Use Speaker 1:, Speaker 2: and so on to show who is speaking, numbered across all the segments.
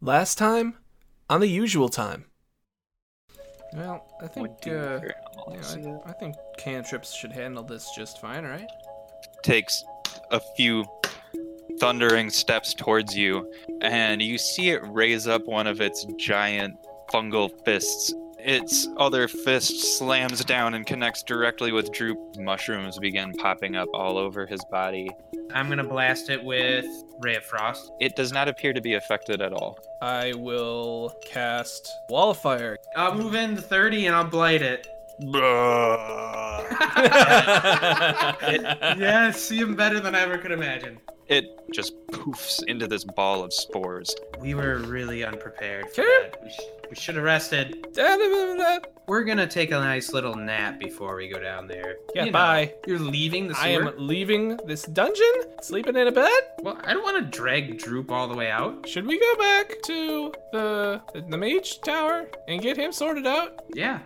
Speaker 1: Last time, on the usual time. Well, I think
Speaker 2: Would
Speaker 1: uh,
Speaker 2: do for all
Speaker 1: yeah,
Speaker 2: of us.
Speaker 1: I, I think cantrips should handle this just fine, right?
Speaker 2: takes a few thundering steps towards you, and you see it raise up one of its giant fungal fists. Its other fist slams down and connects directly with Droop. Mushrooms begin popping up all over his body.
Speaker 3: I'm gonna blast it with Ray of Frost.
Speaker 2: It does not appear to be affected at all.
Speaker 1: I will cast Wall of Fire.
Speaker 3: I'll move in to 30 and I'll blight it. yes, see him better than I ever could imagine.
Speaker 2: It just poofs into this ball of spores.
Speaker 3: We were really unprepared for
Speaker 1: Sure.
Speaker 3: that. We, sh- we should have rested.
Speaker 1: yeah,
Speaker 3: We're gonna take a nice little nap before we go down there. You know,
Speaker 1: bye.
Speaker 3: You're leaving the sewer?
Speaker 1: I am leaving this dungeon, sleeping in a bed.
Speaker 3: Well, I don't want to drag Droop all the way out.
Speaker 1: Should we go back to the the mage tower and get him sorted out?
Speaker 3: Yeah.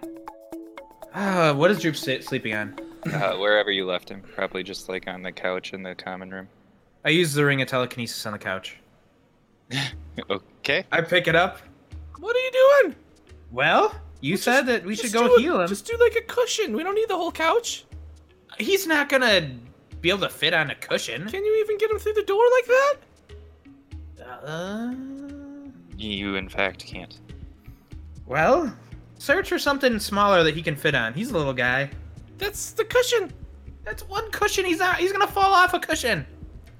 Speaker 3: Uh, what is Droop sit- sleeping on?
Speaker 2: Uh, wherever you left him, probably just like on the couch in the common room.
Speaker 3: I use the ring of telekinesis on the couch.
Speaker 2: Okay.
Speaker 3: I pick it up.
Speaker 1: What are you doing?
Speaker 3: Well, you said that we should
Speaker 1: Just
Speaker 3: go
Speaker 1: do a-
Speaker 3: heal him.
Speaker 1: Just do like a cushion. We don't need the whole couch.
Speaker 3: He's not gonna be able to fit on a cushion.
Speaker 1: Can you even get him through the door like that?
Speaker 3: Uh,
Speaker 2: You, in fact, can't.
Speaker 3: well, search for something smaller that he can fit on. He's a little guy.
Speaker 1: That's the cushion.
Speaker 3: That's one cushion. He's not. He's gonna fall off a cushion.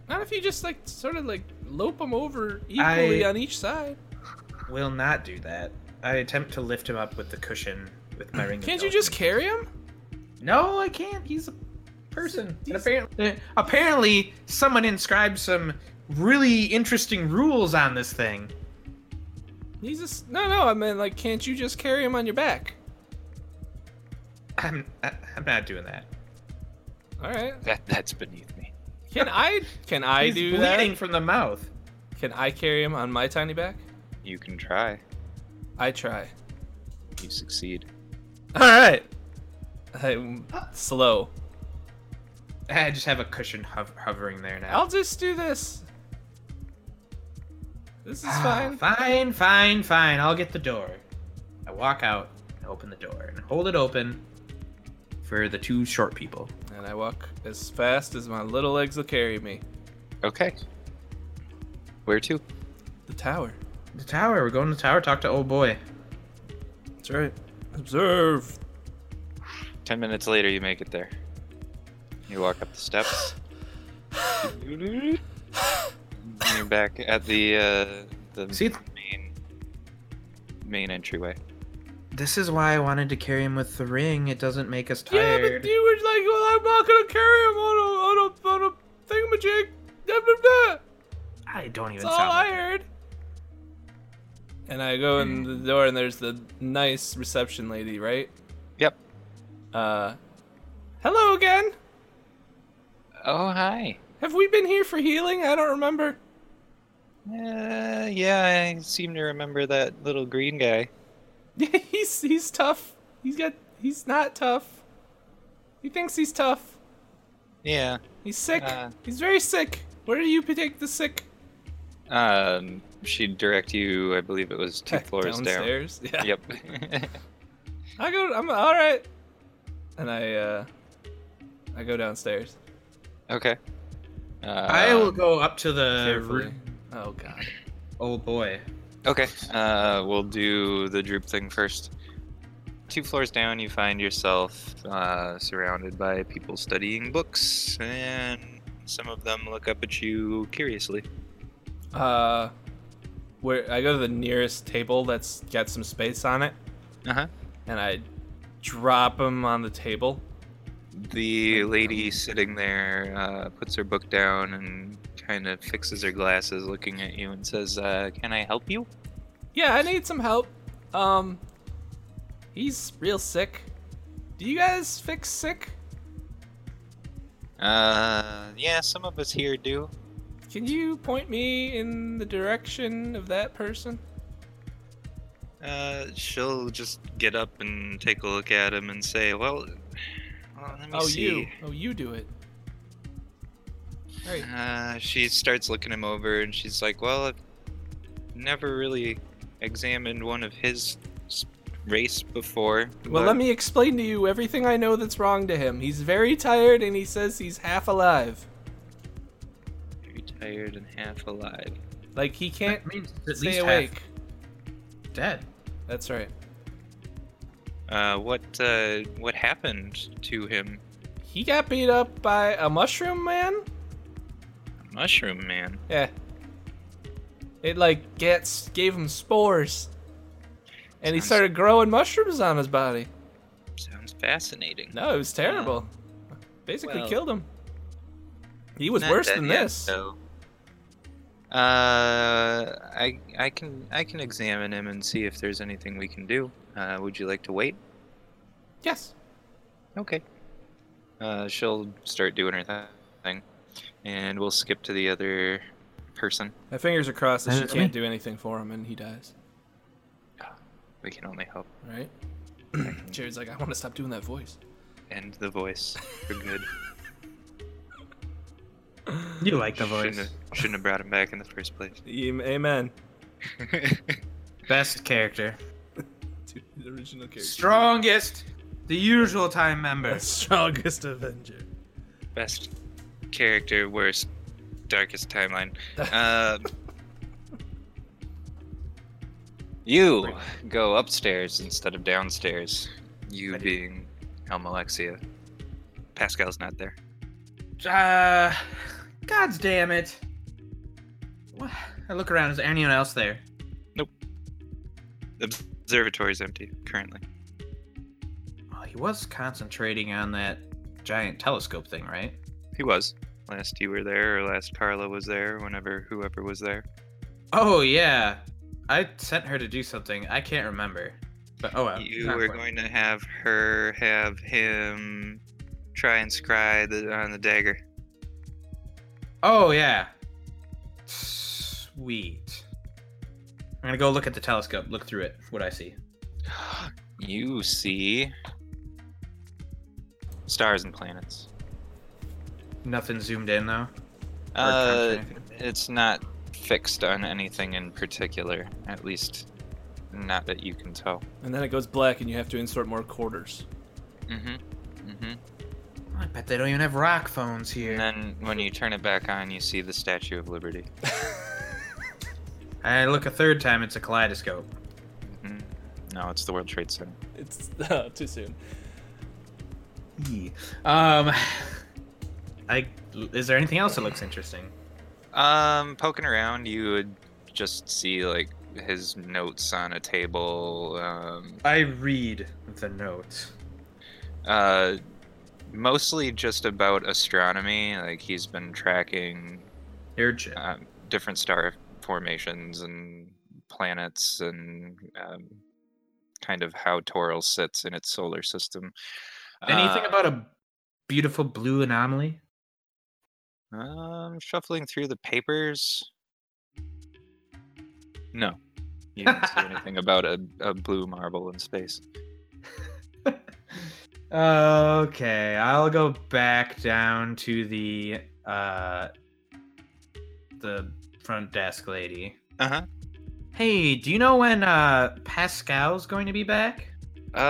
Speaker 1: Not if you just like sort of like lope them over equally
Speaker 3: I-
Speaker 1: on each side.
Speaker 3: Will not do that. I attempt to lift him up with the cushion with my ring. of
Speaker 1: Can't you just
Speaker 3: telekinesis.
Speaker 1: carry him?
Speaker 3: No, I can't. He's a person.
Speaker 1: He's-
Speaker 3: apparently, apparently, someone inscribed some really interesting rules on this thing.
Speaker 1: He's just no, no. I mean, like, can't you just carry him on your back?
Speaker 3: I'm. I, I'm not doing that.
Speaker 1: All right.
Speaker 2: That that's beneath me.
Speaker 1: Can I? Can I
Speaker 3: He's
Speaker 1: do
Speaker 3: bleeding from the mouth.
Speaker 1: that? Can I carry him on my tiny back?
Speaker 2: You can try.
Speaker 1: I try.
Speaker 2: You succeed.
Speaker 1: All right. I'm slow.
Speaker 3: Eh, I just have a cushion hov- hovering there now.
Speaker 1: I'll just do this. This is fine.
Speaker 3: Ah, fine, fine, fine. I'll get the door. I walk out and open the door and hold it open for the two short people.
Speaker 1: And I walk as fast as my little legs will carry me.
Speaker 2: Okay. Where to?
Speaker 1: The tower.
Speaker 3: The tower. We're going to the tower. Talk to old boy.
Speaker 1: That's right. Observe.
Speaker 2: Ten minutes later, you make it there. You walk up the steps. You're back at the uh, the
Speaker 3: See,
Speaker 2: main main entryway.
Speaker 3: this is why I wanted to carry him with the ring. It doesn't make us
Speaker 1: Yeah,
Speaker 3: tired.
Speaker 1: but you were like, well, I'm not gonna carry him on a on a on a thingamajig. Blah, blah, blah.
Speaker 3: I don't
Speaker 1: That's
Speaker 3: even
Speaker 1: all
Speaker 3: sound
Speaker 1: I
Speaker 3: like it.
Speaker 1: heard. And I go in the door, and there's the nice reception lady, right?
Speaker 2: Yep.
Speaker 1: Uh, hello again.
Speaker 2: Oh hi.
Speaker 1: Have we been here for healing? I don't remember.
Speaker 2: Uh, yeah, I seem to remember that little green guy.
Speaker 1: he's he's tough. He's got he's not tough. He thinks he's tough.
Speaker 2: Yeah.
Speaker 1: He's sick.
Speaker 2: Uh.
Speaker 1: he's very sick. Where do you take the sick?
Speaker 2: Um, she'd direct you. I believe it was two floors down.
Speaker 1: downstairs. Yeah.
Speaker 2: Yep.
Speaker 1: I go. I'm all right. And I, uh, I go downstairs
Speaker 2: okay. Uh,
Speaker 3: I will go up to the
Speaker 1: carefully.
Speaker 3: ru-
Speaker 1: oh God.
Speaker 3: old boy.
Speaker 2: Okay, uh, we'll do the droop thing first. Two floors down, you find yourself uh, surrounded by people studying books, and some of them look up at you curiously.
Speaker 1: Uh, where I go to the nearest table that's got some space on it,
Speaker 2: Uh
Speaker 3: Uh-huh.
Speaker 2: huh.
Speaker 1: and I drop him on the table.
Speaker 2: The lady sitting there uh, puts her book down and kind of fixes her glasses, looking at you, and says, uh, "Can I help you?"
Speaker 1: Yeah, I need some help. Um, he's real sick. Do you guys fix sick?
Speaker 2: Uh, yeah, some of us here do.
Speaker 1: Can you point me in the direction of that person?
Speaker 2: Uh, she'll just get up and take a look at him and say, "Well, well let me
Speaker 1: Oh,
Speaker 2: see."
Speaker 1: you. Oh, you do it. All right.
Speaker 2: Uh, she starts looking him over and she's like, Well, if never really examined one of his s- race before.
Speaker 1: Well,
Speaker 2: but
Speaker 1: let me explain to you everything I know that's wrong to him. He's very tired and he says he's half alive.
Speaker 2: Very tired and half alive.
Speaker 1: Like he can't
Speaker 3: That means it's at
Speaker 1: stay
Speaker 3: least
Speaker 1: awake.
Speaker 3: half dead.
Speaker 1: That's right.
Speaker 2: Uh, what uh, what happened to him,
Speaker 1: He got beat up by a mushroom man?
Speaker 2: Mushroom Man?
Speaker 1: Yeah. It like gets gave him spores. And he
Speaker 2: Sounds-
Speaker 1: started growing mushrooms on his body.
Speaker 2: Sounds fascinating.
Speaker 1: No, it was terrible. Basically
Speaker 2: Well,
Speaker 1: killed him. He was
Speaker 2: Not
Speaker 1: worse
Speaker 2: dead
Speaker 1: than
Speaker 2: yet,
Speaker 1: this.
Speaker 2: though. Uh, I I can I can examine him and see if there's anything we can do. Uh, would you like to wait?
Speaker 1: Yes.
Speaker 2: Okay. Uh, she'll start doing her th- thing, and we'll skip to the other person.
Speaker 1: My fingers are crossed that
Speaker 3: Uh,
Speaker 1: she
Speaker 3: I
Speaker 1: can't do anything for him and he dies.
Speaker 2: We can only hope.
Speaker 1: Right?
Speaker 2: I can
Speaker 1: Jared's like, I want to stop doing that voice.
Speaker 2: end the voice for good.
Speaker 3: You like the
Speaker 2: shouldn't,
Speaker 3: voice.
Speaker 2: have, shouldn't have brought him back in the first place.
Speaker 1: Am- Amen.
Speaker 3: Best character.
Speaker 1: Dude, the original character.
Speaker 3: Strongest. The usual time member.
Speaker 1: strongest Avenger.
Speaker 2: Best character, worst, darkest timeline. Uh, you go upstairs instead of downstairs. You
Speaker 3: I do.
Speaker 2: being Almalexia. Pascal's not there.
Speaker 3: Uh, God's damn it. What? I look around. Is there anyone else there?
Speaker 2: The observatory's empty currently.
Speaker 3: Well, Oh, he was concentrating on that giant telescope thing, right?
Speaker 2: He was. Last you were there, or last Carla was there, whenever whoever was there.
Speaker 3: Oh yeah, I sent her to do something. I can't remember. But oh well.
Speaker 2: you
Speaker 3: not
Speaker 2: were
Speaker 3: important.
Speaker 2: going to have her have him try and scry the, on the dagger.
Speaker 3: Oh yeah. Sweet. I'm gonna go look at the telescope. Look through it. What I see.
Speaker 2: You see stars and planets.
Speaker 3: Nothing zoomed in though. or
Speaker 2: Uh,
Speaker 3: counts or anything.
Speaker 2: it's not fixed on anything in particular, at least not that you can tell.
Speaker 1: And then it goes black and you have to insert more quarters.
Speaker 2: Mm-hmm. Mm-hmm.
Speaker 3: I bet they don't even have rock phones
Speaker 2: And
Speaker 3: here.
Speaker 2: then when you turn it back on, you see the Statue of Liberty.
Speaker 3: I look a third time. It's a kaleidoscope.
Speaker 2: hmm No, it's the World Trade Center.
Speaker 1: It's uh, too soon.
Speaker 3: Yee. Um, I is there anything else that looks interesting?
Speaker 2: Um, poking around, you would just see like his notes on a table. Um,
Speaker 3: I read the notes.
Speaker 2: uh, mostly just about astronomy. Like he's been tracking
Speaker 3: Air shit.
Speaker 2: um, different star formations and planets and um, kind of how Toril sits in its solar system.
Speaker 3: Anything
Speaker 2: Uh,
Speaker 3: about a beautiful blue anomaly?
Speaker 2: Um, shuffling through the papers. No, you didn't see anything about a, a blue marble in space.
Speaker 3: Okay, I'll go back down to the uh the front desk lady.
Speaker 2: Uh
Speaker 3: Hey, do you know when uh Pascal's going to be back?
Speaker 2: huh.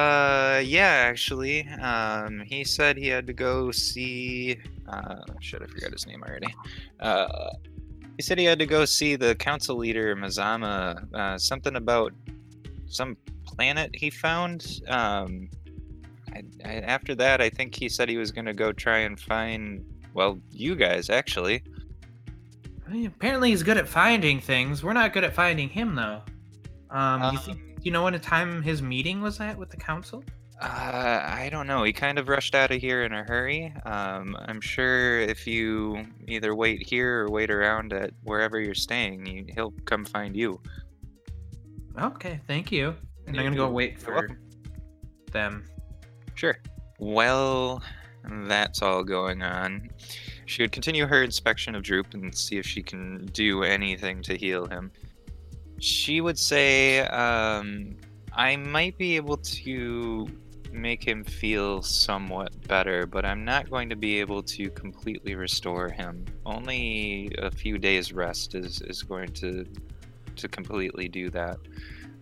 Speaker 2: Uh, yeah, actually, um, he said he had to go see. Uh, shit, I forgot his name already. Uh, he said he had to go see the council leader Mazama. Uh, something about some planet he found. Um, I, I, after that, I think he said he was gonna go try and find. Well, you guys actually.
Speaker 3: I mean, apparently he's good at finding things. We're not good at finding him though. Um, you think
Speaker 2: Um,
Speaker 3: do you know when the time his meeting was at with the council?
Speaker 2: Uh, I don't know. He kind of rushed out of here in a hurry. Um, I'm sure if you either wait here or wait around at wherever you're staying, you, he'll come find you.
Speaker 3: Okay, thank you. And I'm gonna go wait
Speaker 2: You're
Speaker 3: for
Speaker 2: welcome.
Speaker 3: them.
Speaker 2: Sure. Well, that's all going on. She would continue her inspection of Droop and see if she can do anything to heal him. She would say, um, I might be able to make him feel somewhat better, but I'm not going to be able to completely restore him. Only a few days' rest is, is going to to completely do that.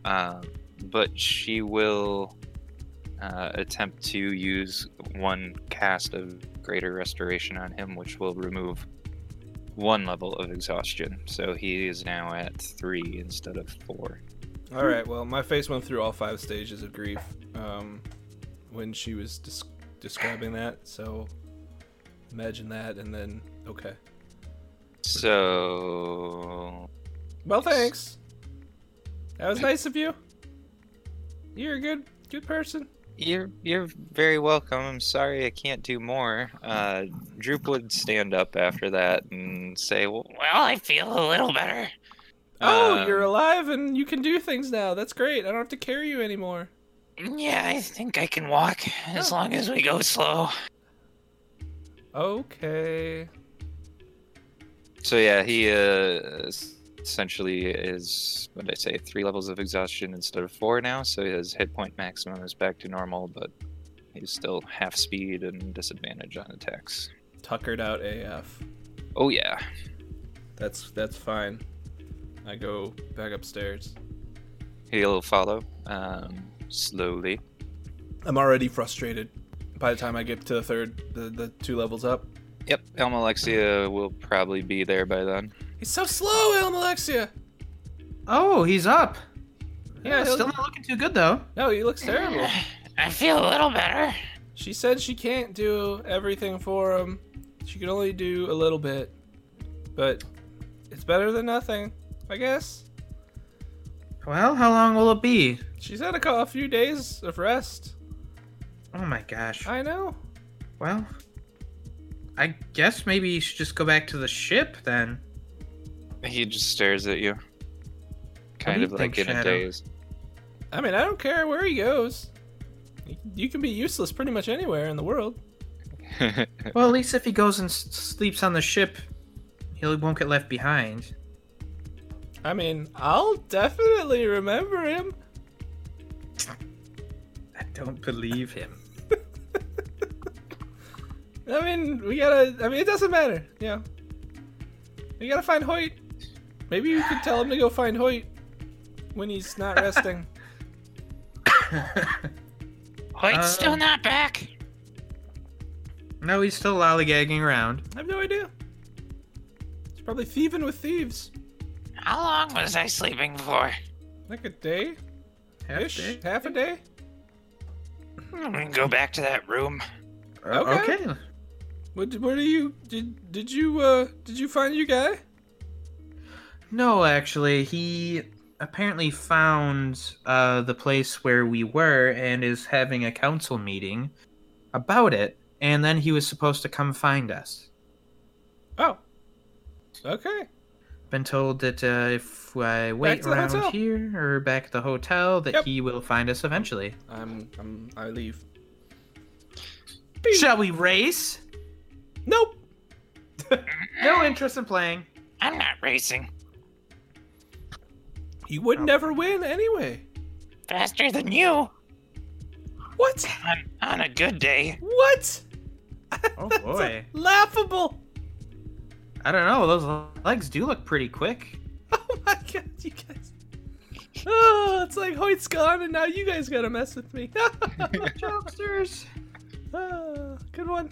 Speaker 2: Um, but she will uh, attempt to use one cast of Greater Restoration on him, which will remove one level of exhaustion. So he is now at three instead of four.
Speaker 1: All right. Well, my face went through all five stages of grief um, when she was dis- describing that. So imagine that, and then okay.
Speaker 2: So
Speaker 1: Well, thanks. That was nice of you. You're a good good person.
Speaker 2: You're you're very welcome. I'm sorry I can't do more. Uh, Droop would stand up after that and say, "Well, well I feel a little better."
Speaker 1: Oh,
Speaker 2: Um,
Speaker 1: you're alive and you can do things now. That's great. I don't have to carry you anymore.
Speaker 2: Yeah, I think I can walk as
Speaker 1: Oh.
Speaker 2: long as we go slow.
Speaker 1: Okay.
Speaker 2: So yeah, he uh, s- essentially is what did I say? Three levels of exhaustion instead of four now. So his hit point maximum is back to normal, but he's still half speed and disadvantage on attacks.
Speaker 1: Tuckered out AF.
Speaker 2: Oh yeah.
Speaker 1: That's that's fine. I go back upstairs.
Speaker 2: He'll follow um, slowly.
Speaker 1: I'm already frustrated. By the time I get to the third, the, the two levels up.
Speaker 2: Yep, Elma Alexia will probably be there by then.
Speaker 1: He's so slow, Elm Alexia.
Speaker 3: Oh, he's up.
Speaker 1: Yeah,
Speaker 3: Yeah,
Speaker 1: he'll-
Speaker 3: still not looking too good though.
Speaker 1: No, he looks terrible.
Speaker 2: I feel a little better.
Speaker 1: She said she can't do everything for him. She can only do a little bit. But it's better than nothing, I guess.
Speaker 3: Well, how long will it be?
Speaker 1: She's had a, cou- a few days of rest.
Speaker 3: Oh my gosh.
Speaker 1: I know.
Speaker 3: Well, I guess maybe you should just go back to the ship then.
Speaker 2: He just stares at you, kind
Speaker 3: you
Speaker 2: of like
Speaker 3: think,
Speaker 2: in a
Speaker 3: Shadow?
Speaker 2: daze.
Speaker 1: I mean, I don't care where he goes. You- You can be useless pretty much anywhere in the world.
Speaker 3: Well, at least if he goes and s- sleeps on the ship, he won't get left behind.
Speaker 1: I mean, I'll definitely remember him.
Speaker 3: I don't believe him.
Speaker 1: I mean, we gotta. I mean, it doesn't matter. Yeah. We gotta find Hoyt. Maybe you could tell him to go find Hoyt when he's not resting.
Speaker 2: Hoyt's
Speaker 3: still
Speaker 2: not back.
Speaker 3: no, he's still lollygagging around.
Speaker 1: I have no idea. He's probably thieving with thieves.
Speaker 2: How long was I sleeping for?
Speaker 1: Like a day
Speaker 3: Half
Speaker 1: ish?
Speaker 3: day.
Speaker 1: Half a day?
Speaker 2: I'm gonna Hmm, go back to that room.
Speaker 1: Okay.
Speaker 3: okay.
Speaker 1: What, what are you. Did, did you, uh. Did you find your guy?
Speaker 3: No, actually, he apparently found uh, the place where we were and is having a council meeting about it. And then he was supposed to come find us.
Speaker 1: Oh. Okay.
Speaker 3: Been told that uh, if I wait
Speaker 1: to the hotel.
Speaker 3: around here or back at the hotel, that
Speaker 1: Yep.
Speaker 3: he will find us eventually.
Speaker 1: I'm. I'm. I leave.
Speaker 3: Shall we race?
Speaker 1: Nope!
Speaker 3: No interest in playing.
Speaker 2: I'm not racing.
Speaker 1: You would
Speaker 3: Oh.
Speaker 1: never win anyway.
Speaker 2: Faster than you.
Speaker 1: What?
Speaker 2: On, on a good day.
Speaker 1: What?
Speaker 3: Oh
Speaker 1: That's
Speaker 3: boy!
Speaker 1: laughable.
Speaker 3: I don't know. Those legs do look pretty quick.
Speaker 1: Oh my god, you guys. Oh, it's like Hoyt's gone and now you guys gotta mess with me.
Speaker 3: Jokesters.
Speaker 1: Ah, good one.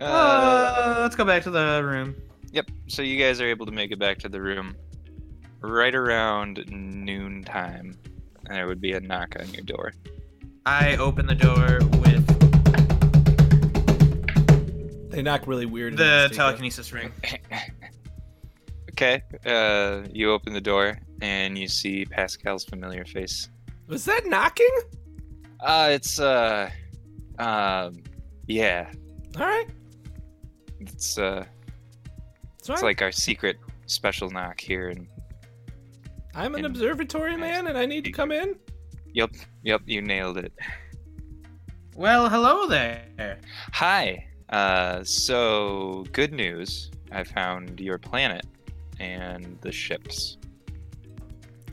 Speaker 2: Uh,
Speaker 3: Uh, let's go back to the room.
Speaker 2: Yep. So you guys are able to make it back to the room right around noontime, and there would be a knock on your door.
Speaker 3: I open the door with
Speaker 1: They knock really weird. and
Speaker 3: the
Speaker 1: instinctive.
Speaker 3: telekinesis ring.
Speaker 2: Okay. Uh, you open the door and you see Pascal's familiar face.
Speaker 1: Was that knocking?
Speaker 2: Uh, it's uh, um, yeah,
Speaker 1: All right.
Speaker 2: it's uh,
Speaker 1: It's, fine.
Speaker 2: it's like our secret special knock here, and
Speaker 1: I'm an
Speaker 2: in-
Speaker 1: observatory man and I need to come in.
Speaker 2: yep, yep, you nailed it.
Speaker 3: Well, hello there.
Speaker 2: Hi. Uh, so good news. I found your planet and the ships.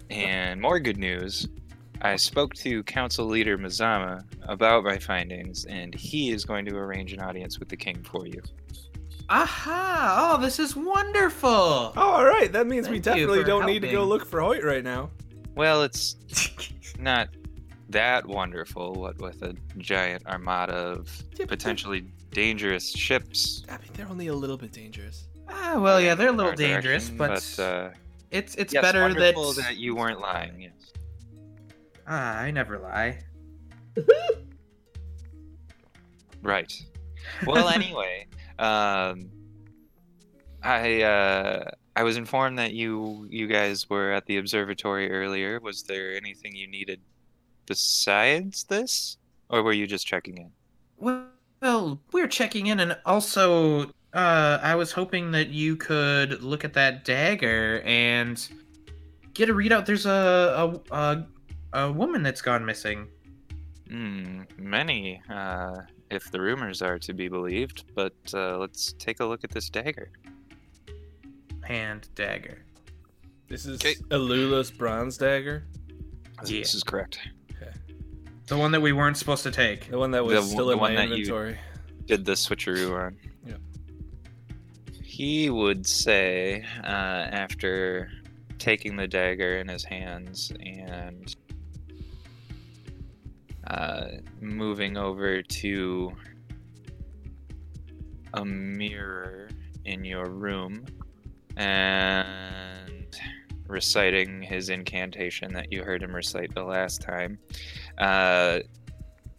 Speaker 2: And more good news. I spoke to Council Leader Mazama about my findings, and he is going to arrange an audience with the king for you.
Speaker 3: Aha! Oh, this is wonderful.
Speaker 1: Oh, all right. That means we
Speaker 3: Thank you
Speaker 1: definitely
Speaker 3: for
Speaker 1: don't need to go
Speaker 3: helping.
Speaker 1: look for Hoyt right now.
Speaker 2: Well, it's not that wonderful. What with a giant armada of
Speaker 1: Yeah, but
Speaker 2: potentially dangerous ships.
Speaker 1: they're- I mean, they're only a little bit dangerous.
Speaker 3: ah, well, yeah, they're a little
Speaker 2: our direction,
Speaker 3: dangerous, but,
Speaker 2: uh,
Speaker 3: it's it's
Speaker 2: yes,
Speaker 3: better that,
Speaker 2: wonderful that you weren't lying. Yes.
Speaker 3: ah, I never lie.
Speaker 2: Right. Well, anyway, um, I uh, I was informed that you you guys were at the observatory earlier. Was there anything you needed besides this, or were you just checking in?
Speaker 3: Well, we're checking in, and also, uh, I was hoping that you could look at that dagger and get a readout. There's a a a, a woman that's gone missing.
Speaker 2: Hmm, many, uh, if the rumors are to be believed. But uh, let's take a look at this dagger.
Speaker 3: Hand dagger.
Speaker 1: This is
Speaker 2: Okay.
Speaker 1: Alula's bronze dagger,
Speaker 3: Yeah.
Speaker 2: This is correct.
Speaker 3: The one that we weren't supposed to take.
Speaker 1: the one that was
Speaker 2: The one-
Speaker 1: still
Speaker 2: the
Speaker 1: in
Speaker 2: one
Speaker 1: my
Speaker 2: that you-
Speaker 1: inventory.
Speaker 2: Did the switcheroo on.
Speaker 1: Yeah.
Speaker 2: He would say uh, after taking the dagger in his hands and uh, moving over to a mirror in your room and reciting his incantation that you heard him recite the last time. Uh,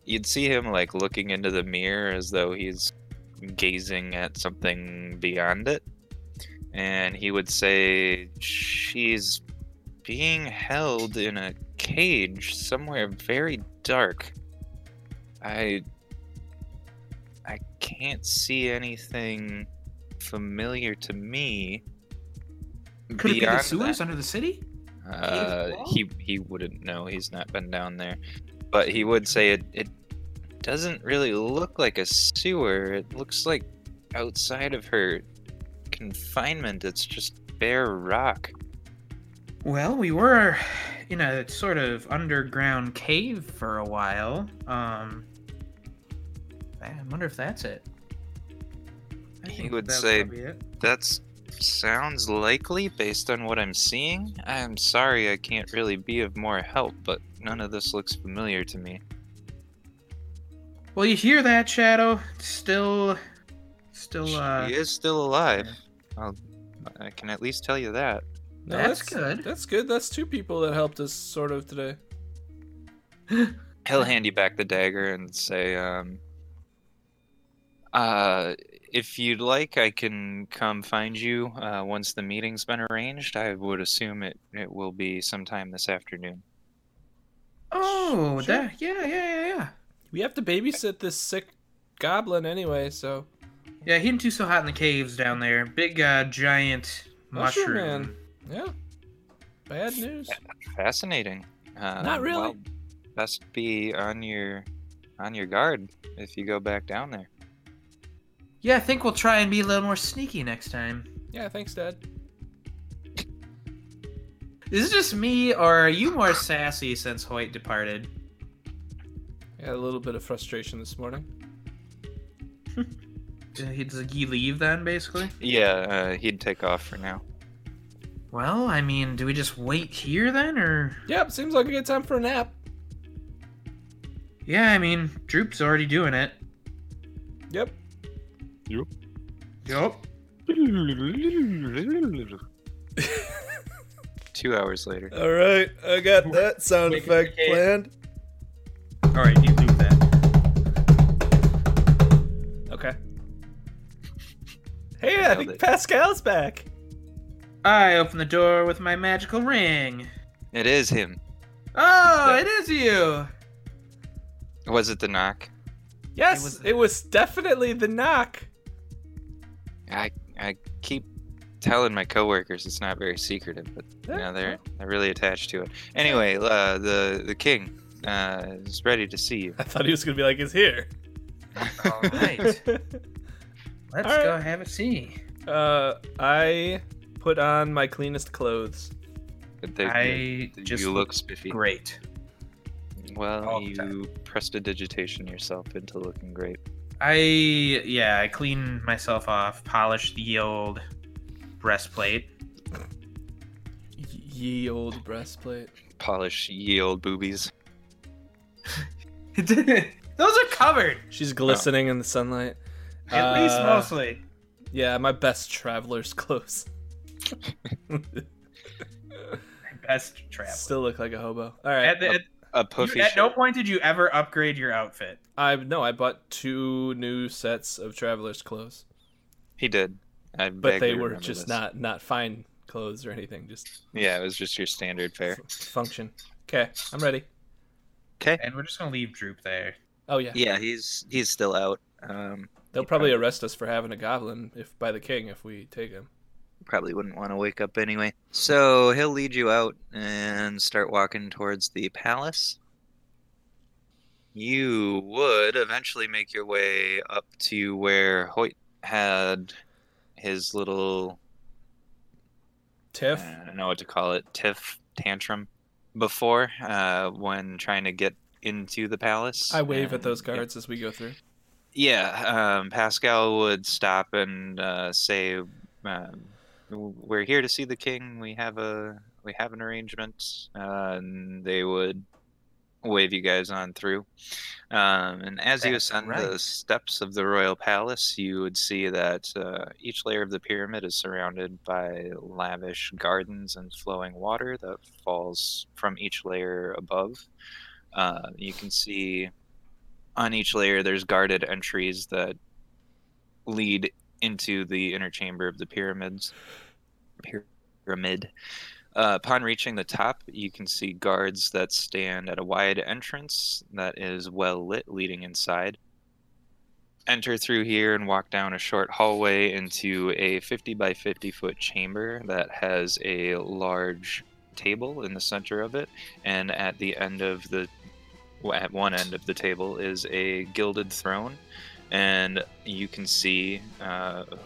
Speaker 2: you'd see him like looking into the mirror as though he's gazing at something beyond it. And he would say, She's being held in a cage somewhere very dark. I. I can't see anything familiar to me.
Speaker 3: Could it be the
Speaker 2: beyond
Speaker 3: sewers
Speaker 2: that."
Speaker 3: under the city?
Speaker 2: Uh,
Speaker 3: well?
Speaker 2: he he wouldn't know. He's not been down there, but he would say it. It doesn't really look like a sewer. It looks like outside of her confinement. It's just bare rock.
Speaker 3: Well, we were in a sort of underground cave for a while. Um, I wonder if that's it. I
Speaker 2: He
Speaker 3: think
Speaker 2: would
Speaker 3: that's
Speaker 2: say-
Speaker 3: probably it.
Speaker 2: That sounds likely based on what I'm seeing. I'm sorry I can't really be of more help, but none of this looks familiar to me.
Speaker 3: Well, you hear that, Shadow? Still, still. uh...
Speaker 2: she is still alive. I'll, I can at least tell you that.
Speaker 1: No,
Speaker 3: That's good.
Speaker 1: That's good. That's two people that helped us sort of today.
Speaker 2: he'll hand you back the dagger and say, um, uh, if you'd like, I can come find you uh, once the meeting's been arranged. I would assume it, it will be sometime this afternoon.
Speaker 3: Oh,
Speaker 1: Sure.
Speaker 3: that. Yeah, yeah, yeah, yeah.
Speaker 1: We have to babysit this sick goblin anyway, so
Speaker 3: Yeah, he didn't do so hot in the caves down there. Big, uh, giant
Speaker 1: Mushroom
Speaker 3: mushroom.
Speaker 1: man. yeah. Bad news.
Speaker 2: Fascinating. Uh,
Speaker 1: Not really.
Speaker 2: well, best be on your on your guard if you go back down there.
Speaker 3: Yeah, I think we'll try and be a little more sneaky next time.
Speaker 1: Yeah, thanks, Dad.
Speaker 3: Is it just me, or are you more sassy since Hoyt departed?
Speaker 1: I had a little bit of frustration this morning.
Speaker 3: Did Uh, he, does he leave then, basically?
Speaker 2: Yeah, uh, he'd take off for now.
Speaker 3: Well, I mean, do we just wait here then, or?
Speaker 1: Yep, seems like a good time for a nap.
Speaker 3: Yeah, I mean, Droop's already doing it.
Speaker 1: Yep.
Speaker 3: Yup.
Speaker 2: Two hours later.
Speaker 1: All right, I got that sound
Speaker 3: Wake up effect the kid.
Speaker 1: planned.
Speaker 3: All right, you loop that.
Speaker 1: Okay. Hey, I
Speaker 2: Nailed
Speaker 1: think
Speaker 2: it.
Speaker 1: Pascal's back.
Speaker 3: I open the door with my magical ring.
Speaker 2: It is him.
Speaker 3: Oh,
Speaker 2: Yeah.
Speaker 3: it is you.
Speaker 2: Was it the knock?
Speaker 1: Yes, it was,
Speaker 3: was-
Speaker 1: definitely the knock.
Speaker 2: I I keep telling my coworkers it's not very secretive, but you know, they're they're really attached to it. Anyway, uh, the the king uh, is ready to see you.
Speaker 1: I thought he was gonna be like, "It's here."
Speaker 3: All right, let's
Speaker 1: All
Speaker 3: go
Speaker 1: right.
Speaker 3: have a see.
Speaker 1: uh, I put on my cleanest clothes.
Speaker 2: But they-
Speaker 3: I
Speaker 2: they-
Speaker 3: just
Speaker 2: you look spiffy.
Speaker 3: great.
Speaker 2: Well,
Speaker 3: all the
Speaker 2: you pressed a digitation yourself into looking great.
Speaker 3: I yeah, I clean myself off, polish the old breastplate.
Speaker 1: Ye old breastplate.
Speaker 2: Polish ye old boobies.
Speaker 3: Those are covered.
Speaker 1: She's glistening in the sunlight.
Speaker 3: At least
Speaker 1: Uh,
Speaker 3: mostly.
Speaker 1: Yeah, my best traveler's clothes.
Speaker 3: Best trap.
Speaker 1: Still look like a hobo. All right.
Speaker 3: At, the, at,
Speaker 2: A puffy
Speaker 3: you- at
Speaker 2: shirt.
Speaker 3: no point did you ever upgrade your outfit.
Speaker 1: I no, I bought two new sets of traveler's clothes,
Speaker 2: He did. I
Speaker 1: but
Speaker 2: vaguely
Speaker 1: they were
Speaker 2: remember
Speaker 1: just
Speaker 2: this.
Speaker 1: not not fine clothes or anything, just
Speaker 2: Yeah, it was just your standard fare.
Speaker 1: f- function. Okay, I'm ready.
Speaker 3: And we're just gonna leave Droop there.
Speaker 1: Oh yeah.
Speaker 2: Yeah, he's he's still out. Um,
Speaker 1: they'll probably arrest us for having a goblin if by the king if we take him.
Speaker 2: probably wouldn't want to wake up anyway. So he'll lead you out and start walking towards the palace. You would eventually make your way up to where Hoyt had his little uh,
Speaker 1: Tiff,
Speaker 2: I don't know what to call it, tiff tantrum before uh, when trying to get into the palace.
Speaker 1: I wave at those
Speaker 2: and if-
Speaker 1: guards as we go through.
Speaker 2: Yeah, um, Pascal would stop and uh, say, um, "We're here to see the king. We have a we have an arrangement." Uh, and they would wave you guys on through. Um, and as you
Speaker 3: That's
Speaker 2: ascend the
Speaker 3: right.
Speaker 2: steps of the royal palace, you would see that uh, each layer of the pyramid is surrounded by lavish gardens and flowing water that falls from each layer above. Uh, you can see on each layer there's guarded entries that lead into the inner chamber of the pyramids pyramid uh, upon reaching the top you can see guards that stand at a wide entrance that is well lit leading inside enter through here and walk down a short hallway into a 50 by 50 foot chamber that has a large table in the center of it and at the end of the well, at one end of the table is a gilded throne, and you can see uh, a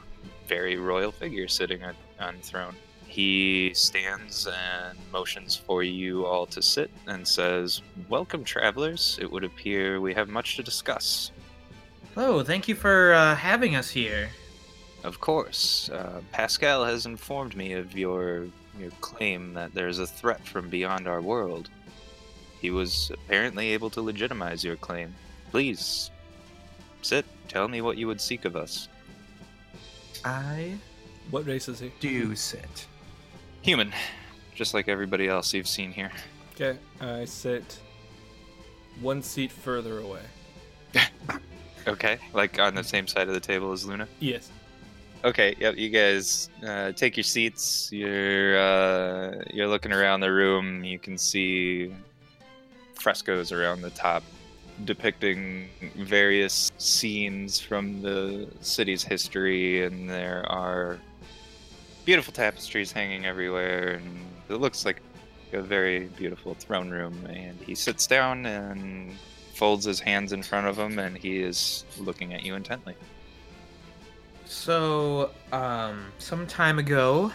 Speaker 2: very royal figure sitting on, on the throne. He stands and motions for you all to sit and says, Welcome, travelers. It would appear we have much to discuss.
Speaker 3: Hello, thank you for uh, having us here.
Speaker 2: Of course, uh, Pascal has informed me of your, your claim that there is a threat from beyond our world. He was apparently able to legitimize your claim. Please, sit. Tell me what you would seek of us.
Speaker 3: I
Speaker 1: What race is he?
Speaker 3: do sit.
Speaker 2: Human, just like everybody else you've seen here.
Speaker 1: Okay, I sit one seat further away.
Speaker 2: Okay, like on the same side of the table as Luna.
Speaker 1: Yes.
Speaker 2: Okay, yep. You guys uh, take your seats. You're uh, you're looking around the room. You can see frescoes around the top depicting various scenes from the city's history, and there are beautiful tapestries hanging everywhere, and it looks like a very beautiful throne room. And he sits down and folds his hands in front of him, and he is looking at you intently.
Speaker 3: So, um, some time ago,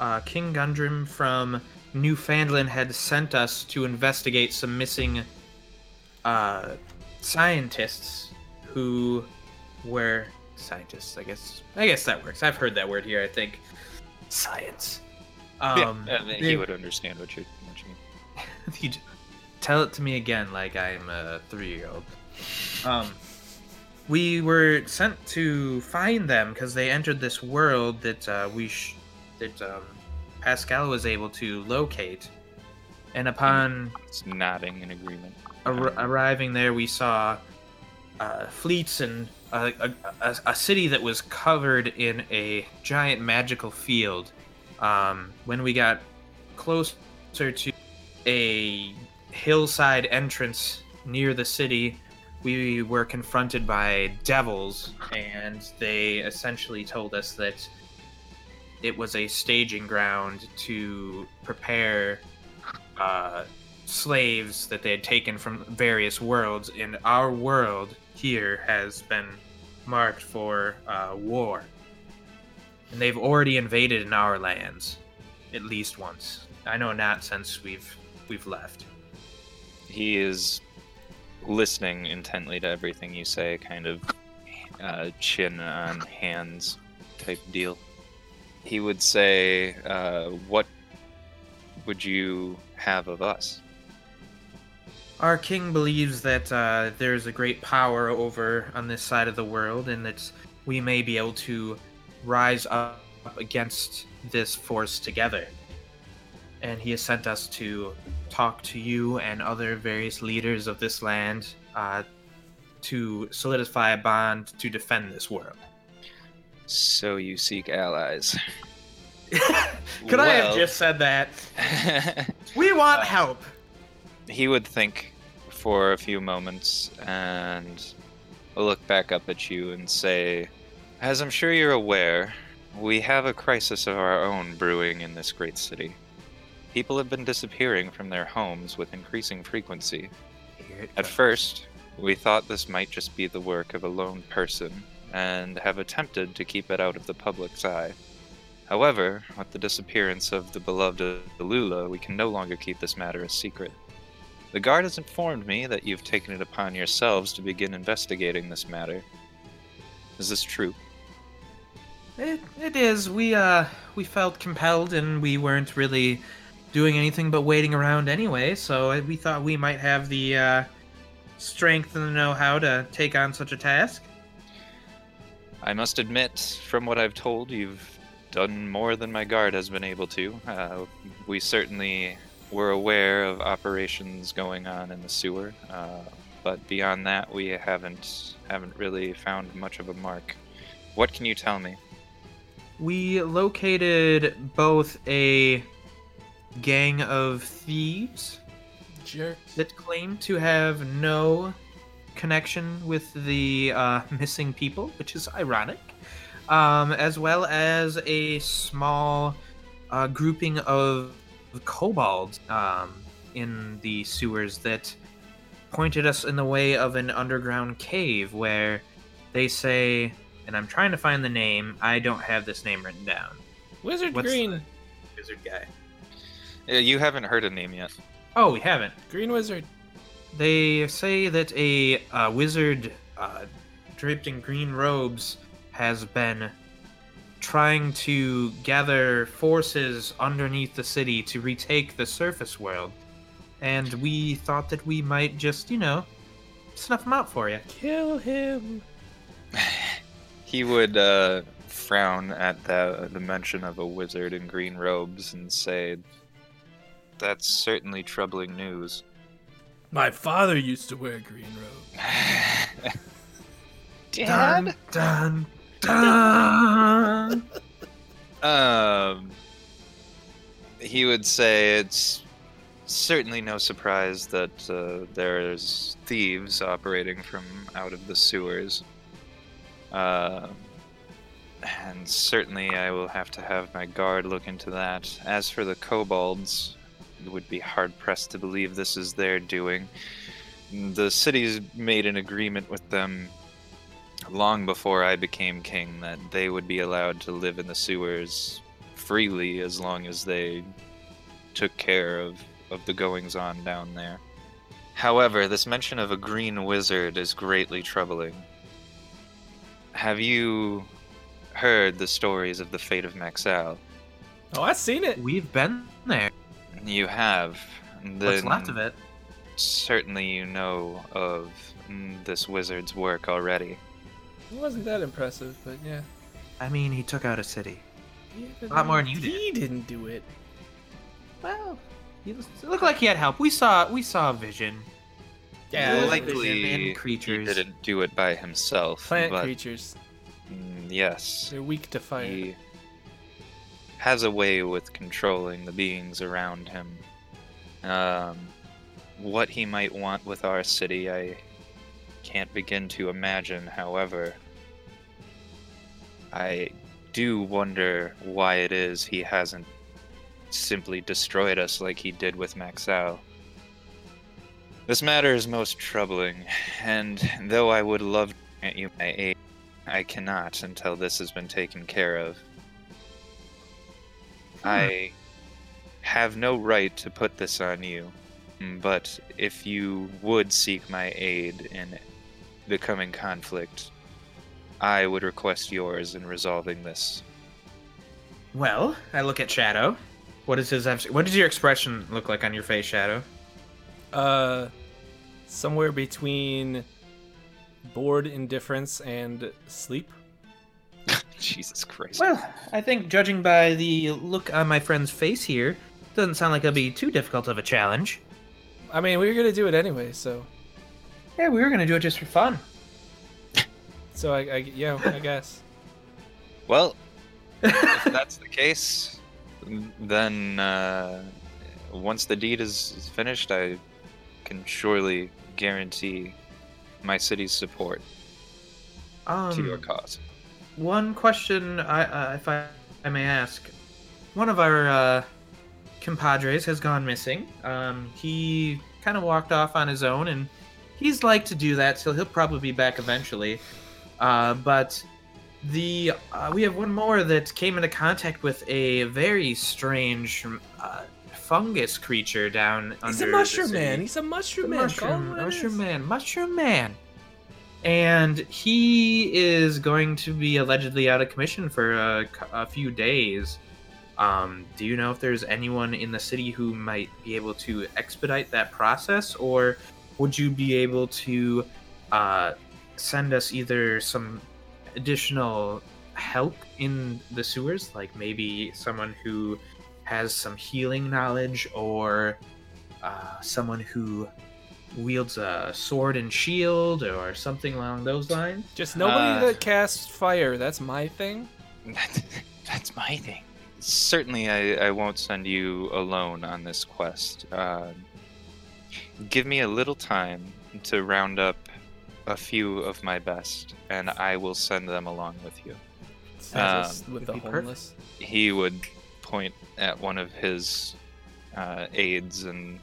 Speaker 3: uh, King Gundrim from Newfoundland had sent us to investigate some missing uh, scientists who were scientists. I guess. I guess that works. I've heard that word here. I think science. Um,
Speaker 2: yeah, uh, and then
Speaker 3: they-
Speaker 2: he would understand what you're what you mean.
Speaker 3: you d- tell it to me again like I'm a three-year-old. Um, we were sent to find them because they entered this world that uh, we sh- that um, Pascal was able to locate, and upon
Speaker 2: It's nodding in agreement.
Speaker 3: ar- arriving there, we saw uh, fleets and a, a, a, a city that was covered in a giant magical field. Um, when we got closer to a hillside entrance near the city, we were confronted by devils, and they essentially told us that it was a staging ground to prepare. Uh, slaves that they had taken from various worlds, and our world here has been marked for uh, war. And they've already invaded in our lands, at least once. I know not since we've we've left.
Speaker 2: He is listening intently to everything you say, kind of uh, chin on hands type deal. He would say, uh, What would you have of us?
Speaker 3: Our king believes that uh, there's a great power over on this side of the world, and that we may be able to rise up against this force together. And he has sent us to talk to you and other various leaders of this land uh, to solidify a bond to defend this world.
Speaker 2: So you seek allies.
Speaker 3: Could I have just said that?
Speaker 2: just.
Speaker 3: We want
Speaker 2: Uh,
Speaker 3: help.
Speaker 2: he would think for a few moments and look back up at you and say, As I'm sure you're aware, we have a crisis of our own brewing in this great city. People have been disappearing from their homes with increasing frequency. At first, we thought this might just be the work of a lone person and have attempted to keep it out of the public's eye. However, with the disappearance of the beloved Alula, we can no longer keep this matter a secret. The guard has informed me that you've taken it upon yourselves to begin investigating this matter. Is this true?
Speaker 3: It, it is. We uh we felt compelled, and we weren't really doing anything but waiting around anyway. So we thought we might have the uh, strength and the know-how to take on such a task.
Speaker 2: I must admit, from what I've told, you've done more than my guard has been able to. Uh, we certainly were aware of operations going on in the sewer, uh, but beyond that, we haven't haven't really found much of a mark. What can you tell me?
Speaker 3: We located both a gang of thieves
Speaker 1: Jerk.
Speaker 3: that claim to have no connection with the uh, missing people, which is ironic, um, as well as a small uh, grouping of kobolds um, in the sewers that pointed us in the way of an underground cave where they say, and I'm trying to find the name, I don't have this name written down.
Speaker 1: Wizard
Speaker 3: What's
Speaker 1: Green.
Speaker 3: Wizard guy.
Speaker 2: Uh, You haven't heard a name yet.
Speaker 3: Oh, we haven't.
Speaker 1: Green Wizard.
Speaker 3: They say that a uh, wizard uh, draped in green robes has been trying to gather forces underneath the city to retake the surface world. And we thought that we might just, you know, snuff them out for you.
Speaker 1: Kill him.
Speaker 2: He would uh, frown at the, the mention of a wizard in green robes and say, "That's certainly troubling news."
Speaker 1: My father used to wear green robe.
Speaker 3: Dun, dun, dun!
Speaker 2: Um, he would say it's certainly no surprise that uh, there's thieves operating from out of the sewers. Uh, and certainly I will have to have my guard look into that. As for the kobolds, it would be hard pressed to believe this is their doing. The city's made an agreement with them long before I became king that they would be allowed to live in the sewers freely as long as they took care of, of the goings on down there. However, this mention of a green wizard is greatly troubling. Have you heard the stories of the fate of Maxal?
Speaker 1: Oh, I seen it.
Speaker 3: We've been there.
Speaker 2: You have.
Speaker 3: What's
Speaker 2: Then
Speaker 3: left of it?
Speaker 2: Certainly, you know of mm, this wizard's work already.
Speaker 1: It wasn't that impressive, but yeah.
Speaker 3: I mean, he took out a city.
Speaker 1: Yeah, but
Speaker 3: A lot more
Speaker 1: he-
Speaker 3: than you did.
Speaker 1: He didn't do it.
Speaker 3: Well, he was- it looked like he had help. We saw we saw a vision.
Speaker 1: Yeah,
Speaker 3: There was
Speaker 1: likely
Speaker 3: vision
Speaker 2: he
Speaker 3: and creatures.
Speaker 2: didn't do it by himself.
Speaker 1: Plant
Speaker 2: but,
Speaker 1: creatures.
Speaker 2: mm, yes,
Speaker 1: They're weak to fire.
Speaker 2: he has a way with controlling the beings around him. Um, what he might want with our city, I can't begin to imagine. However, I do wonder why it is he hasn't simply destroyed us like he did with Maxal. This matter is most troubling, and though I would love to grant you my aid, I cannot until this has been taken care of. I have no right to put this on you, but if you would seek my aid in the coming conflict, I would request yours in resolving this.
Speaker 3: Well, I look at Shadow. What is his? abs- What does your expression look like on your face, Shadow?
Speaker 1: Uh, somewhere between bored indifference and sleep.
Speaker 2: Jesus Christ.
Speaker 3: Well, I think judging by the look on my friend's face here, doesn't sound like it'll be too difficult of a challenge.
Speaker 1: I mean, we were gonna do it anyway, so
Speaker 3: Yeah, we were gonna do it just for fun.
Speaker 1: so I, I yeah, I guess.
Speaker 2: Well, if that's the case, then uh, once the deed is, is finished, I can surely guarantee my city's support to your
Speaker 3: Um,
Speaker 2: cause.
Speaker 3: one question, I, uh, if I, I may ask, one of our uh, compadres has gone missing. Um, he kind of walked off on his own, and he's like to do that, so he'll probably be back eventually. Uh, but the uh, we have one more that came into contact with a very strange uh, fungus creature down under.
Speaker 1: He's a
Speaker 3: the
Speaker 1: mushroom
Speaker 3: city.
Speaker 1: man. He's a mushroom man. Call him
Speaker 3: Mushroom,
Speaker 1: what it
Speaker 3: mushroom
Speaker 1: is.
Speaker 3: man, mushroom man. And he is going to be allegedly out of commission for a, cou- a few days. Um, do you know if there's anyone in the city who might be able to expedite that process, or would you be able to uh, send us either some additional help in the sewers, like maybe someone who has some healing knowledge, or uh, someone who wields a sword and shield or something along those lines.
Speaker 1: Just nobody
Speaker 2: Uh,
Speaker 1: that casts fire. That's my thing.
Speaker 2: That, that's my thing. Certainly, I, I won't send you alone on this quest. Uh, give me a little time to round up a few of my best, and I will send them along with you.
Speaker 1: That's
Speaker 3: would
Speaker 1: with the
Speaker 3: be perfect.
Speaker 1: homeless.
Speaker 2: he would point at one of his uh, aides and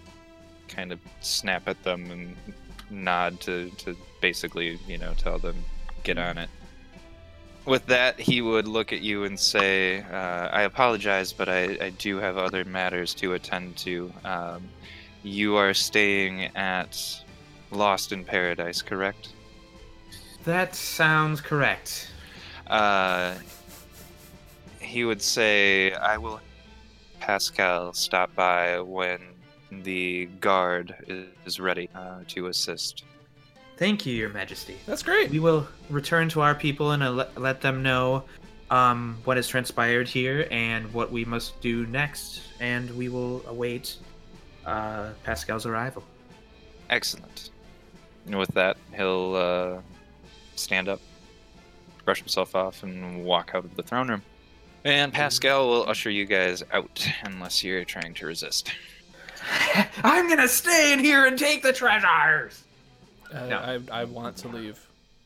Speaker 2: kind of snap at them and nod to, to basically, you know, tell them, get on it. With that, he would look at you and say, uh, I apologize, but I, I do have other matters to attend to. Um, you are staying at Lost in Paradise, correct?
Speaker 3: That sounds correct.
Speaker 2: Uh, he would say, I will Pascal stop by when the guard is ready uh, to assist.
Speaker 3: Thank you, Your Majesty.
Speaker 1: That's great.
Speaker 3: We will return to our people and uh, let- let them know um, what has transpired here and what we must do next, and we will await uh, Pascal's arrival.
Speaker 2: Excellent. And with that, he'll uh, stand up, brush himself off, and walk out of the throne room. And Pascal will usher you guys out unless you're trying to resist.
Speaker 3: I'm gonna stay in here and take the treasures.
Speaker 1: Uh,
Speaker 3: No.
Speaker 1: I I want to leave.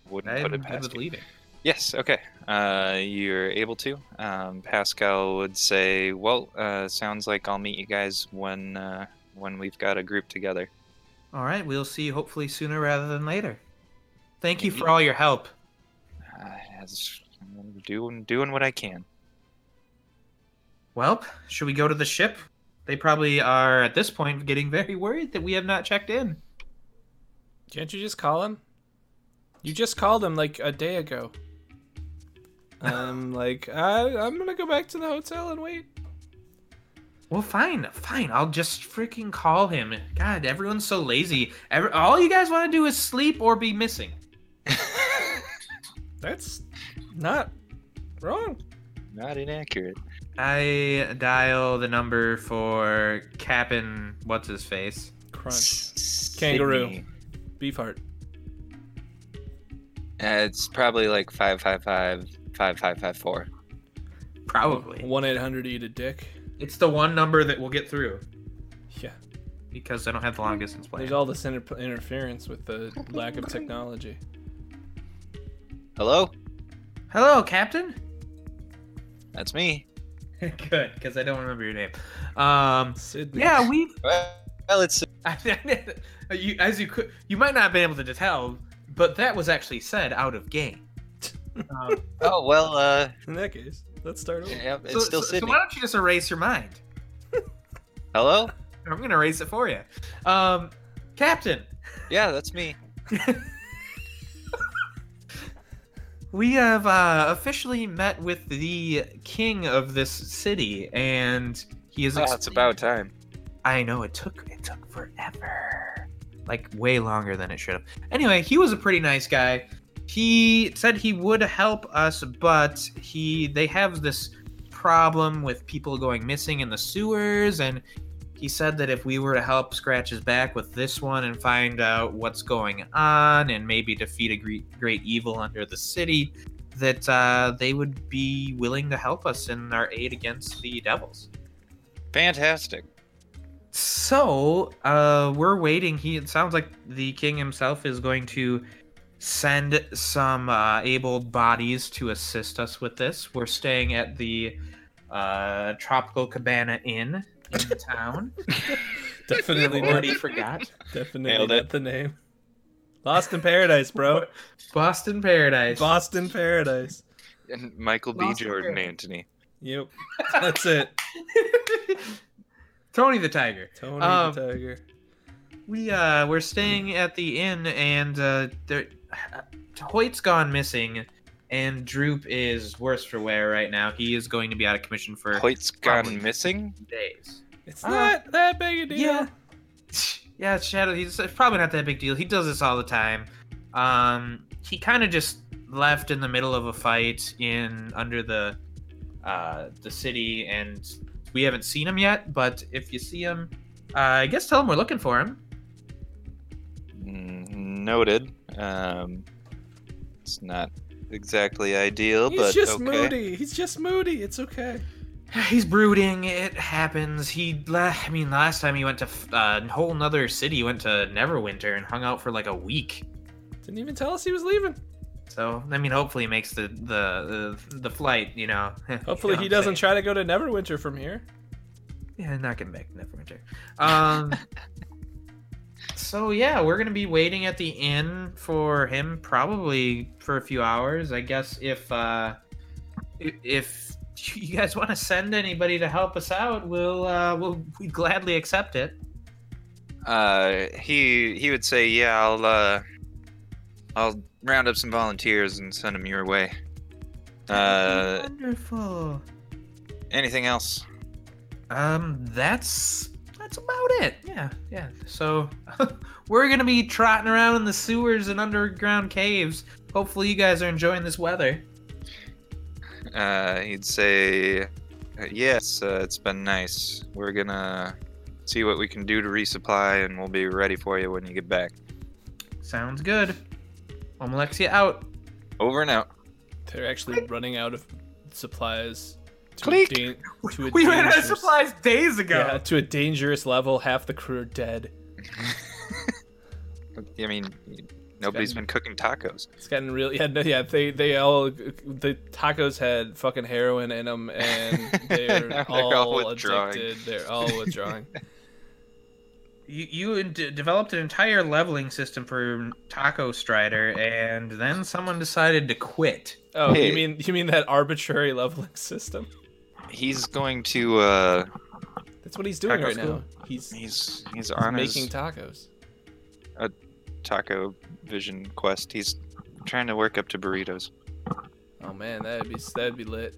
Speaker 2: Wouldn't
Speaker 3: I'm
Speaker 2: put
Speaker 3: good
Speaker 2: it past
Speaker 3: with
Speaker 2: you.
Speaker 3: leaving.
Speaker 2: Yes, okay. Uh, you're able to. Um, Pascal would say, "Well, uh, sounds like I'll meet you guys when uh, when we've got a group together."
Speaker 3: All right, we'll see. Hopefully sooner rather than later. Thank you for
Speaker 2: Indeed.
Speaker 3: all your help.
Speaker 2: Uh, as I'm doing doing what I can.
Speaker 3: Well, should we go to the ship? They probably are at this point getting very worried that we have not checked in.
Speaker 1: Can't you just call him? You just called him like a day ago. Um, like I I'm gonna go back to the hotel and wait.
Speaker 3: Well, fine, fine. I'll just freaking call him. God, everyone's so lazy. Every- all you guys want to do is sleep or be missing.
Speaker 1: That's not wrong.
Speaker 2: Not inaccurate.
Speaker 3: I dial the number for Cap'n. What's his face?
Speaker 1: Crunch. Kangaroo.
Speaker 2: Sydney.
Speaker 1: Beefheart.
Speaker 2: Uh, it's probably like five five five five five five four.
Speaker 3: Probably.
Speaker 1: One eight hundred eat a dick.
Speaker 3: It's the one number that will get through
Speaker 1: Yeah.
Speaker 3: because I don't have the long distance
Speaker 1: There's
Speaker 3: plan.
Speaker 1: all this inter- interference with the lack of technology.
Speaker 2: Hello,
Speaker 3: Hello, Captain.
Speaker 2: that's me.
Speaker 3: Good, because I don't remember your name. Um,
Speaker 1: Sydney.
Speaker 3: yeah, we've
Speaker 2: Well, it's
Speaker 3: I, you, as you could, you might not have been able to tell, but that was actually said out of game. Um,
Speaker 2: oh well. Uh,
Speaker 1: In that case, let's start over.
Speaker 2: yeah, it's
Speaker 3: so,
Speaker 2: still
Speaker 3: so, so
Speaker 2: Sydney.
Speaker 3: why don't you just erase your mind?
Speaker 2: Hello.
Speaker 3: I'm gonna erase it for you, um, Captain.
Speaker 2: Yeah, that's me.
Speaker 3: We have uh, officially met with the king of this city, and he is.
Speaker 2: Oh, it's about time.
Speaker 3: I know it took it took forever, like way longer than it should have. Anyway, he was a pretty nice guy. He said he would help us, but he they have this problem with people going missing in the sewers, and he said that if we were to help scratch his back with this one and find out what's going on and maybe defeat a great, great evil under the city, that uh, they would be willing to help us in our aid against the devils.
Speaker 2: Fantastic.
Speaker 3: So, uh, we're waiting. He it sounds like the king himself is going to send some uh, able bodies to assist us with this. We're staying at the uh, Tropical Cabana Inn in town.
Speaker 1: Definitely not,
Speaker 3: Already forgot
Speaker 1: definitely
Speaker 2: Nailed
Speaker 1: not
Speaker 2: it.
Speaker 1: the name. Lost in Paradise, bro.
Speaker 3: Boston Paradise.
Speaker 1: Boston Paradise.
Speaker 2: And Michael B.
Speaker 3: Lost
Speaker 2: Jordan
Speaker 3: Spirit.
Speaker 2: Antony.
Speaker 1: Yep. That's it.
Speaker 3: Tony the Tiger.
Speaker 1: Tony
Speaker 3: Um,
Speaker 1: the Tiger.
Speaker 3: We uh, we're staying at the inn, and uh, there, Hoyt's gone missing, and Droop is worse for wear right now. He is going to be out of commission for
Speaker 2: Hoyt's gone
Speaker 3: Probably.
Speaker 2: missing.
Speaker 3: days.
Speaker 1: It's
Speaker 3: uh,
Speaker 1: not that big a deal.
Speaker 3: Yeah. Yeah, it's Shadow. He's it's probably not that big deal. He does this all the time. Um, he kind of just left in the middle of a fight in under the uh, the city, and we haven't seen him yet. But if you see him, uh, I guess tell him we're looking for him.
Speaker 2: Mm, Noted. Um, it's not exactly ideal,
Speaker 1: He's
Speaker 2: but
Speaker 1: just
Speaker 2: okay.
Speaker 1: moody. He's just moody. It's okay.
Speaker 3: He's brooding. It happens. He, la- I mean, last time he went to f- uh, a whole nother city, went to Neverwinter and hung out for like a week.
Speaker 1: Didn't even tell us he was leaving.
Speaker 3: So, I mean, hopefully he makes the the the, the flight. You know. You
Speaker 1: Hopefully
Speaker 3: know
Speaker 1: he
Speaker 3: what I'm
Speaker 1: doesn't try to go to Neverwinter from here.
Speaker 3: Yeah, not getting back to Neverwinter. Um. so yeah, we're gonna be waiting at the inn for him probably for a few hours. I guess if uh, i- if you guys want to send anybody to help us out, we'll uh, we'll we gladly accept it.
Speaker 2: Uh, he he would say, "Yeah, I'll uh, I'll round up some volunteers and send them your way." Uh,
Speaker 3: Wonderful.
Speaker 2: anything else?
Speaker 3: Um, that's that's about it. Yeah, yeah. So we're gonna be trotting around in the sewers and underground caves. Hopefully, you guys are enjoying this weather.
Speaker 2: Uh, he'd say, uh, "Yes, uh, it's been nice. We're gonna see what we can do to resupply, and we'll be ready for you when you get back."
Speaker 3: Sounds good. Omalexia out.
Speaker 2: Over and out.
Speaker 1: They're actually running out of supplies. To a
Speaker 2: Click.
Speaker 1: dan- to a
Speaker 3: We ran out of
Speaker 1: dangerous-
Speaker 3: supplies days
Speaker 1: Yeah,
Speaker 3: ago.
Speaker 1: to a dangerous level. Half the crew are dead.
Speaker 2: I mean, nobody's been cooking tacos.
Speaker 1: It's gotten real. Yeah, no, yeah. They they all the tacos had fucking heroin in them, and they're,
Speaker 2: They're
Speaker 1: all,
Speaker 2: all withdrawing.
Speaker 1: addicted. They're all withdrawing.
Speaker 3: You, you in- d- developed an entire leveling system for Taco Strider, and then someone decided to quit.
Speaker 1: Oh,
Speaker 2: Hey.
Speaker 1: you mean you mean that arbitrary leveling system?
Speaker 2: He's going to. Uh,
Speaker 1: That's what he's doing
Speaker 2: Taco
Speaker 1: right
Speaker 2: school.
Speaker 1: now. He's, he's
Speaker 2: he's he's on
Speaker 1: making
Speaker 2: his
Speaker 1: tacos.
Speaker 2: taco vision quest. He's trying to work up to burritos.
Speaker 1: Oh man, that'd be that'd be lit.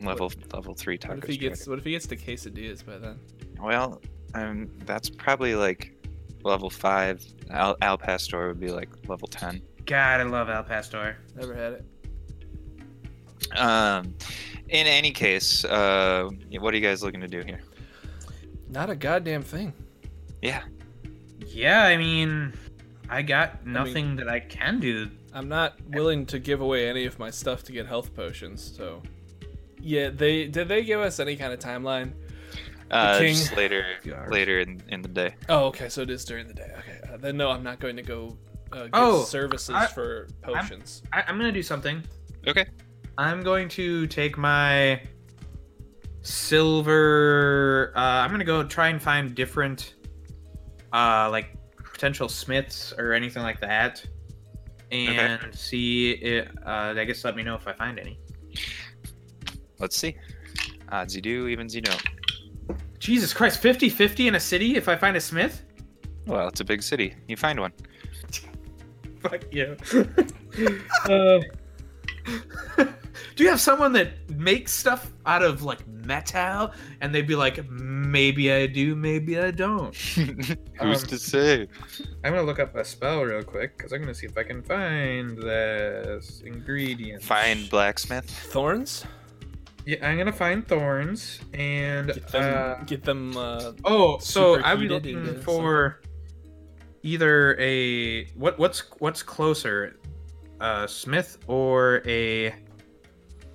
Speaker 2: Level level three tacos.
Speaker 1: What if he gets what if he gets the quesadillas by then?
Speaker 2: Well, um, that's probably like level five. Al, Al Pastor would be like level ten.
Speaker 3: God, I love Al Pastor.
Speaker 1: Never had it.
Speaker 2: Um, in any case, uh, what are you guys looking to do here?
Speaker 1: Not a goddamn thing.
Speaker 2: Yeah,
Speaker 3: Yeah, I mean, I got nothing that I can do.
Speaker 1: I'm not willing to give away any of my stuff to get health potions. So, yeah, they did they give us any kind of timeline?
Speaker 2: uh,
Speaker 1: king.
Speaker 2: just later,
Speaker 3: Yarg.
Speaker 2: later in, in the day.
Speaker 1: Oh, okay. So it is during the day. Okay. Uh, then no, I'm not going to go uh, get
Speaker 3: Oh,
Speaker 1: services
Speaker 3: I-
Speaker 1: for potions.
Speaker 3: I, I'm gonna do something.
Speaker 2: Okay.
Speaker 3: I'm going to take my silver. Uh, I'm gonna go try and find different, uh, like potential smiths or anything like that, and see. It, uh, I guess let me know if I find any.
Speaker 2: Let's see. Odds you do, evens you don't.
Speaker 3: Jesus Christ, 50-50 in a city if I find a smith?
Speaker 2: Well, it's a big city. You find one.
Speaker 3: Fuck you. Uh, do you have someone that makes stuff out of like metal? And they'd be like, maybe I do, maybe I don't.
Speaker 2: Who's
Speaker 3: Um,
Speaker 2: to say?
Speaker 3: I'm gonna look up a spell real quick because I'm gonna see if I can find this ingredient.
Speaker 2: Fine blacksmith.
Speaker 1: Thorns?
Speaker 3: Yeah, I'm gonna find thorns and.
Speaker 1: Get them.
Speaker 3: Uh,
Speaker 1: get them. Uh,
Speaker 3: oh, so
Speaker 1: Super
Speaker 3: I'd be
Speaker 1: heated
Speaker 3: looking
Speaker 1: into
Speaker 3: for either a what what's what's closer, a smith or a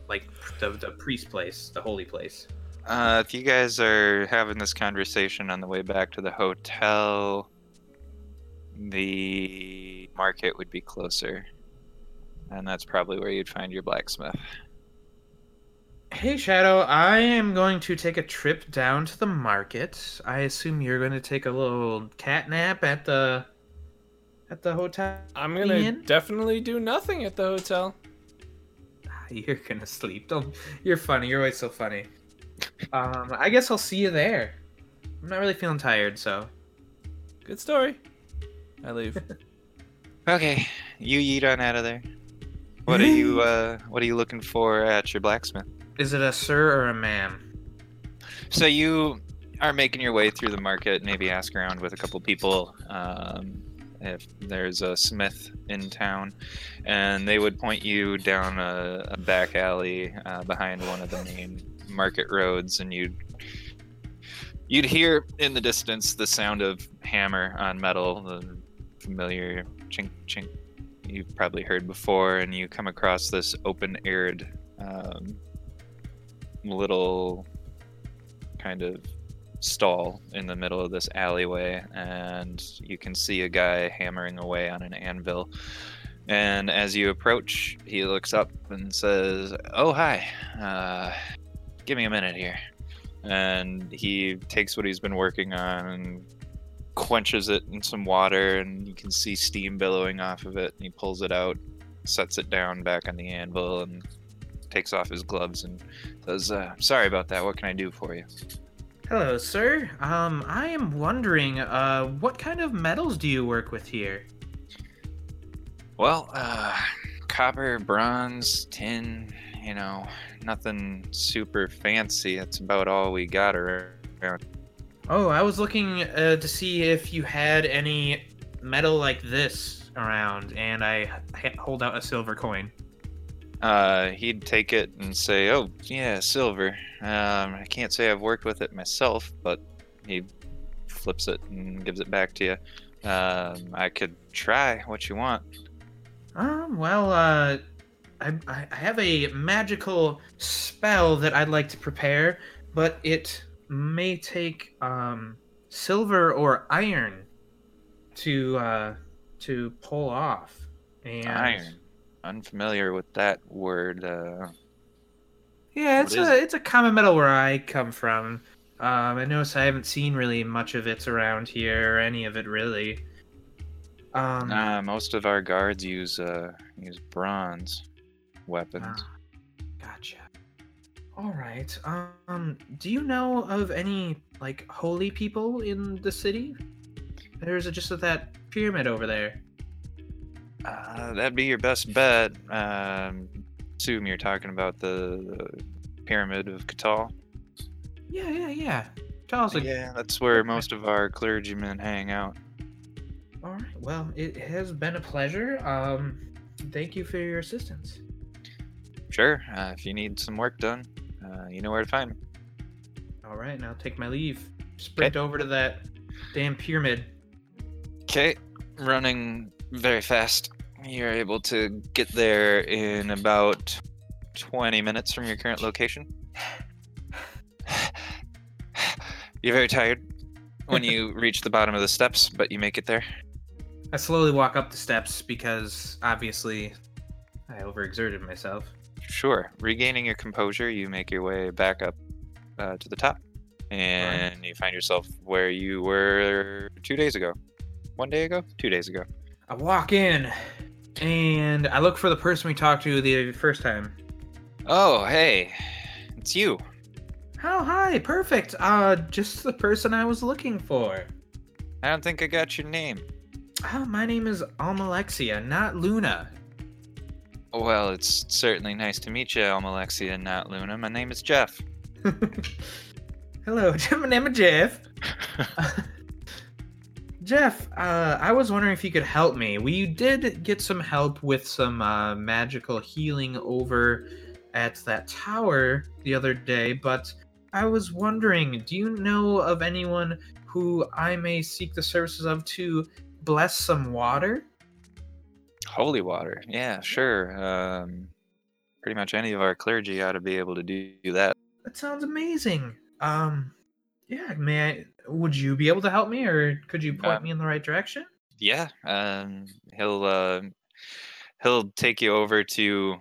Speaker 3: like the, the priest place, the holy place.
Speaker 2: Uh, if you guys are having this conversation on the way back to the hotel, the market would be closer. And that's probably where you'd find your blacksmith.
Speaker 3: Hey Shadow, I am going to take a trip down to the market. I assume you're going to take a little cat nap at the at the hotel.
Speaker 1: I'm gonna
Speaker 3: Ian?
Speaker 1: definitely do nothing at the hotel.
Speaker 3: You're gonna sleep. Don't. You're funny. You're always so funny. Um, I guess I'll see you there. I'm not really feeling tired, so
Speaker 1: Good story. I leave.
Speaker 2: Okay, you eat on out of there. What are you uh what are you looking for at your blacksmith?
Speaker 3: is it a sir or a ma'am?
Speaker 2: So you are making your way through the market, maybe ask around with a couple people um, if there's a smith in town, and they would point you down a, a back alley uh, behind one of the main market roads, and you'd you'd hear in the distance the sound of hammer on metal, the familiar chink chink you've probably heard before, and you come across this open-aired um, little kind of stall in the middle of this alleyway and you can see a guy hammering away on an anvil and as you approach he looks up and says oh hi uh, give me a minute here and he takes what he's been working on and quenches it in some water and you can see steam billowing off of it and he pulls it out sets it down back on the anvil and takes off his gloves and says uh, sorry about that what can i do for you
Speaker 3: Hello, sir. Um, I am wondering, uh, what kind of metals do you work with here?
Speaker 2: Well, uh, copper, bronze, tin, you know, nothing super fancy. That's about all we got around.
Speaker 3: Oh, I was looking uh, to see if you had any metal like this around, and I h- hold out a silver coin.
Speaker 2: Uh, he'd take it and say, oh, yeah, silver. Um, I can't say I've worked with it myself, but he flips it and gives it back to you. Um, I could try what you want.
Speaker 3: Um, well, uh, I, I I have a magical spell that I'd like to prepare, but it may take um silver or iron to uh to pull off. And
Speaker 2: Iron. Unfamiliar with that word. Uh,
Speaker 3: Yeah, it's
Speaker 2: What is
Speaker 3: a it's a common metal where I come from. Um, I notice I haven't seen really much of it around here, or any of it really. Um,
Speaker 2: uh, most of our guards use uh, use bronze weapons.
Speaker 3: ah, gotcha. All right. Um, do you know of any like holy people in the city? Or is it just at that pyramid over there?
Speaker 2: Uh, that'd be your best bet. Um, assume you're talking about the, the pyramid of Catal.
Speaker 3: Yeah, yeah, yeah. Charles, like,
Speaker 2: yeah, that's where most of our clergymen hang out.
Speaker 3: all right. Well, it has been a pleasure. Um, thank you for your assistance.
Speaker 2: Sure, uh, if you need some work done, uh, you know where to find me.
Speaker 3: All right, now take my leave. Sprint over to that damn pyramid.
Speaker 2: Okay, running very fast. You're able to get there in about 20 minutes from your current location. You're very tired when you reach the bottom of the steps, but you make it there.
Speaker 3: I slowly walk up the steps because obviously I overexerted myself.
Speaker 2: Sure. Regaining your composure, you make your way back up uh, to the top, and you find yourself where you were two days ago, one day ago, two days ago.
Speaker 3: I walk in and I look for the person we talked to the first time.
Speaker 2: Oh, hey, it's you.
Speaker 3: Oh, hi, perfect. Uh, just the person I was looking for.
Speaker 2: I don't think I got your name.
Speaker 3: Oh, my name is Almalexia, not Luna.
Speaker 2: Well, it's certainly nice to meet you, Almalexia, and not Luna. My name is Jeff.
Speaker 3: Hello, my name is Jeff. Jeff, uh, I was wondering if you could help me. We did get some help with some uh, magical healing over at that tower the other day, but I was wondering do you know of anyone who I may seek the services of to bless some water?
Speaker 2: Holy water. Yeah, sure. Um, pretty much any of our clergy ought to be able to do that.
Speaker 3: That sounds amazing. Um, yeah, may I? Would you be able to help me, or could you point
Speaker 2: Uh,
Speaker 3: me in the right direction?
Speaker 2: Yeah, um, he'll uh, he'll take you over to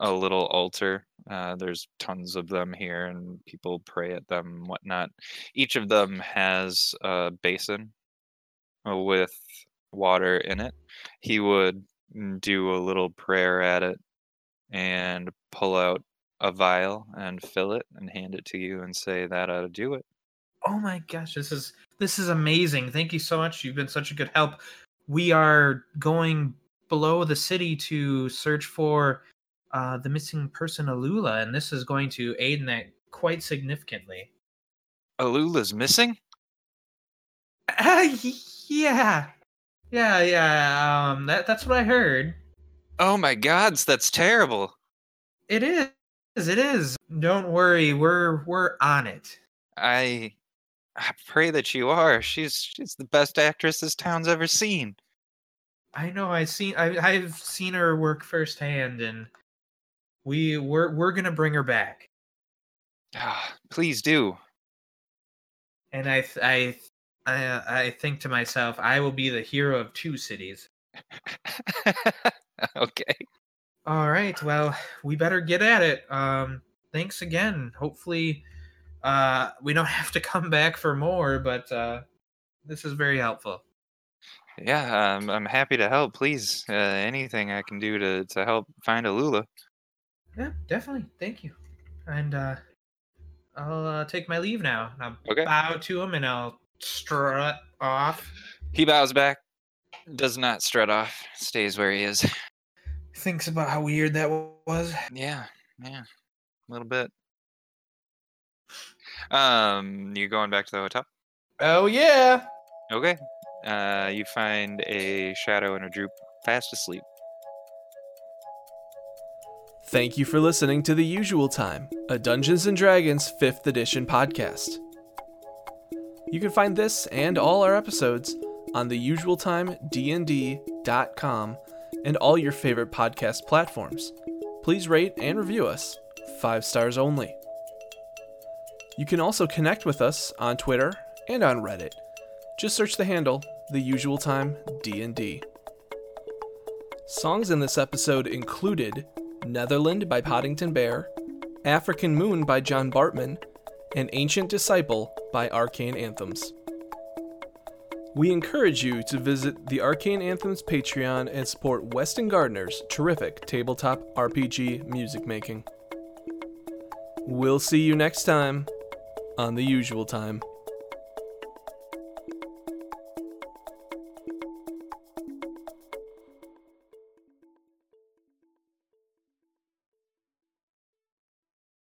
Speaker 2: a little altar. Uh, there's tons of them here, and people pray at them, and whatnot. Each of them has a basin uh, with water in it. He would do a little prayer at it, and pull out a vial and fill it, and hand it to you, and say that ought to do it.
Speaker 3: Oh my gosh, this is this is amazing. Thank you so much. You've been such a good help. We are going below the city to search for uh, the missing person Alula, and this is going to aid in that quite significantly.
Speaker 2: Alula's missing.
Speaker 3: Uh, yeah, yeah, yeah. Um, that that's what I heard.
Speaker 2: Oh my gods, that's terrible.
Speaker 3: It is. It is. Don't worry. We're we're on it.
Speaker 2: I I pray that you are. She's she's the best actress this town's ever seen.
Speaker 3: I know. I seen. I, I've seen her work firsthand, and we we're we're gonna bring her back.
Speaker 2: Ah, Please do.
Speaker 3: And I th- I th- I I think to myself, I will be the hero of two cities.
Speaker 2: okay.
Speaker 3: All right. Well, we better get at it. Um. Thanks again. Hopefully, uh, we don't have to come back for more. But uh, this is very helpful.
Speaker 2: Yeah, um, I'm happy to help. Please, uh, anything I can do to to help find Alula.
Speaker 3: Yeah, definitely. Thank you. And uh, I'll uh, take my leave now. And I'll
Speaker 2: Okay.
Speaker 3: bow to him and I'll strut off.
Speaker 2: He bows back, does not strut off, stays where he is.
Speaker 3: Thinks about how weird that was.
Speaker 2: Yeah, yeah, a little bit. Um, you going back to the hotel?
Speaker 3: Oh yeah.
Speaker 2: Okay. Uh, you find a shadow and a droop fast asleep.
Speaker 1: Thank you for listening to The Usual Time, a Dungeons and Dragons 5th edition podcast. You can find this and all our episodes on theusualtimednd.com and all your favorite podcast platforms. Please rate and review us, 5 stars only. You can also connect with us on Twitter and on Reddit. Just search the handle The Usual Time D&D. Songs in this episode included Netherland by Poddington Bear, African Moon by John Bartman, and Ancient Disciple by Arcane Anthems. We encourage you to visit the Arcane Anthems Patreon and support Weston Gardner's terrific tabletop RPG music making. We'll see you next time on the usual time.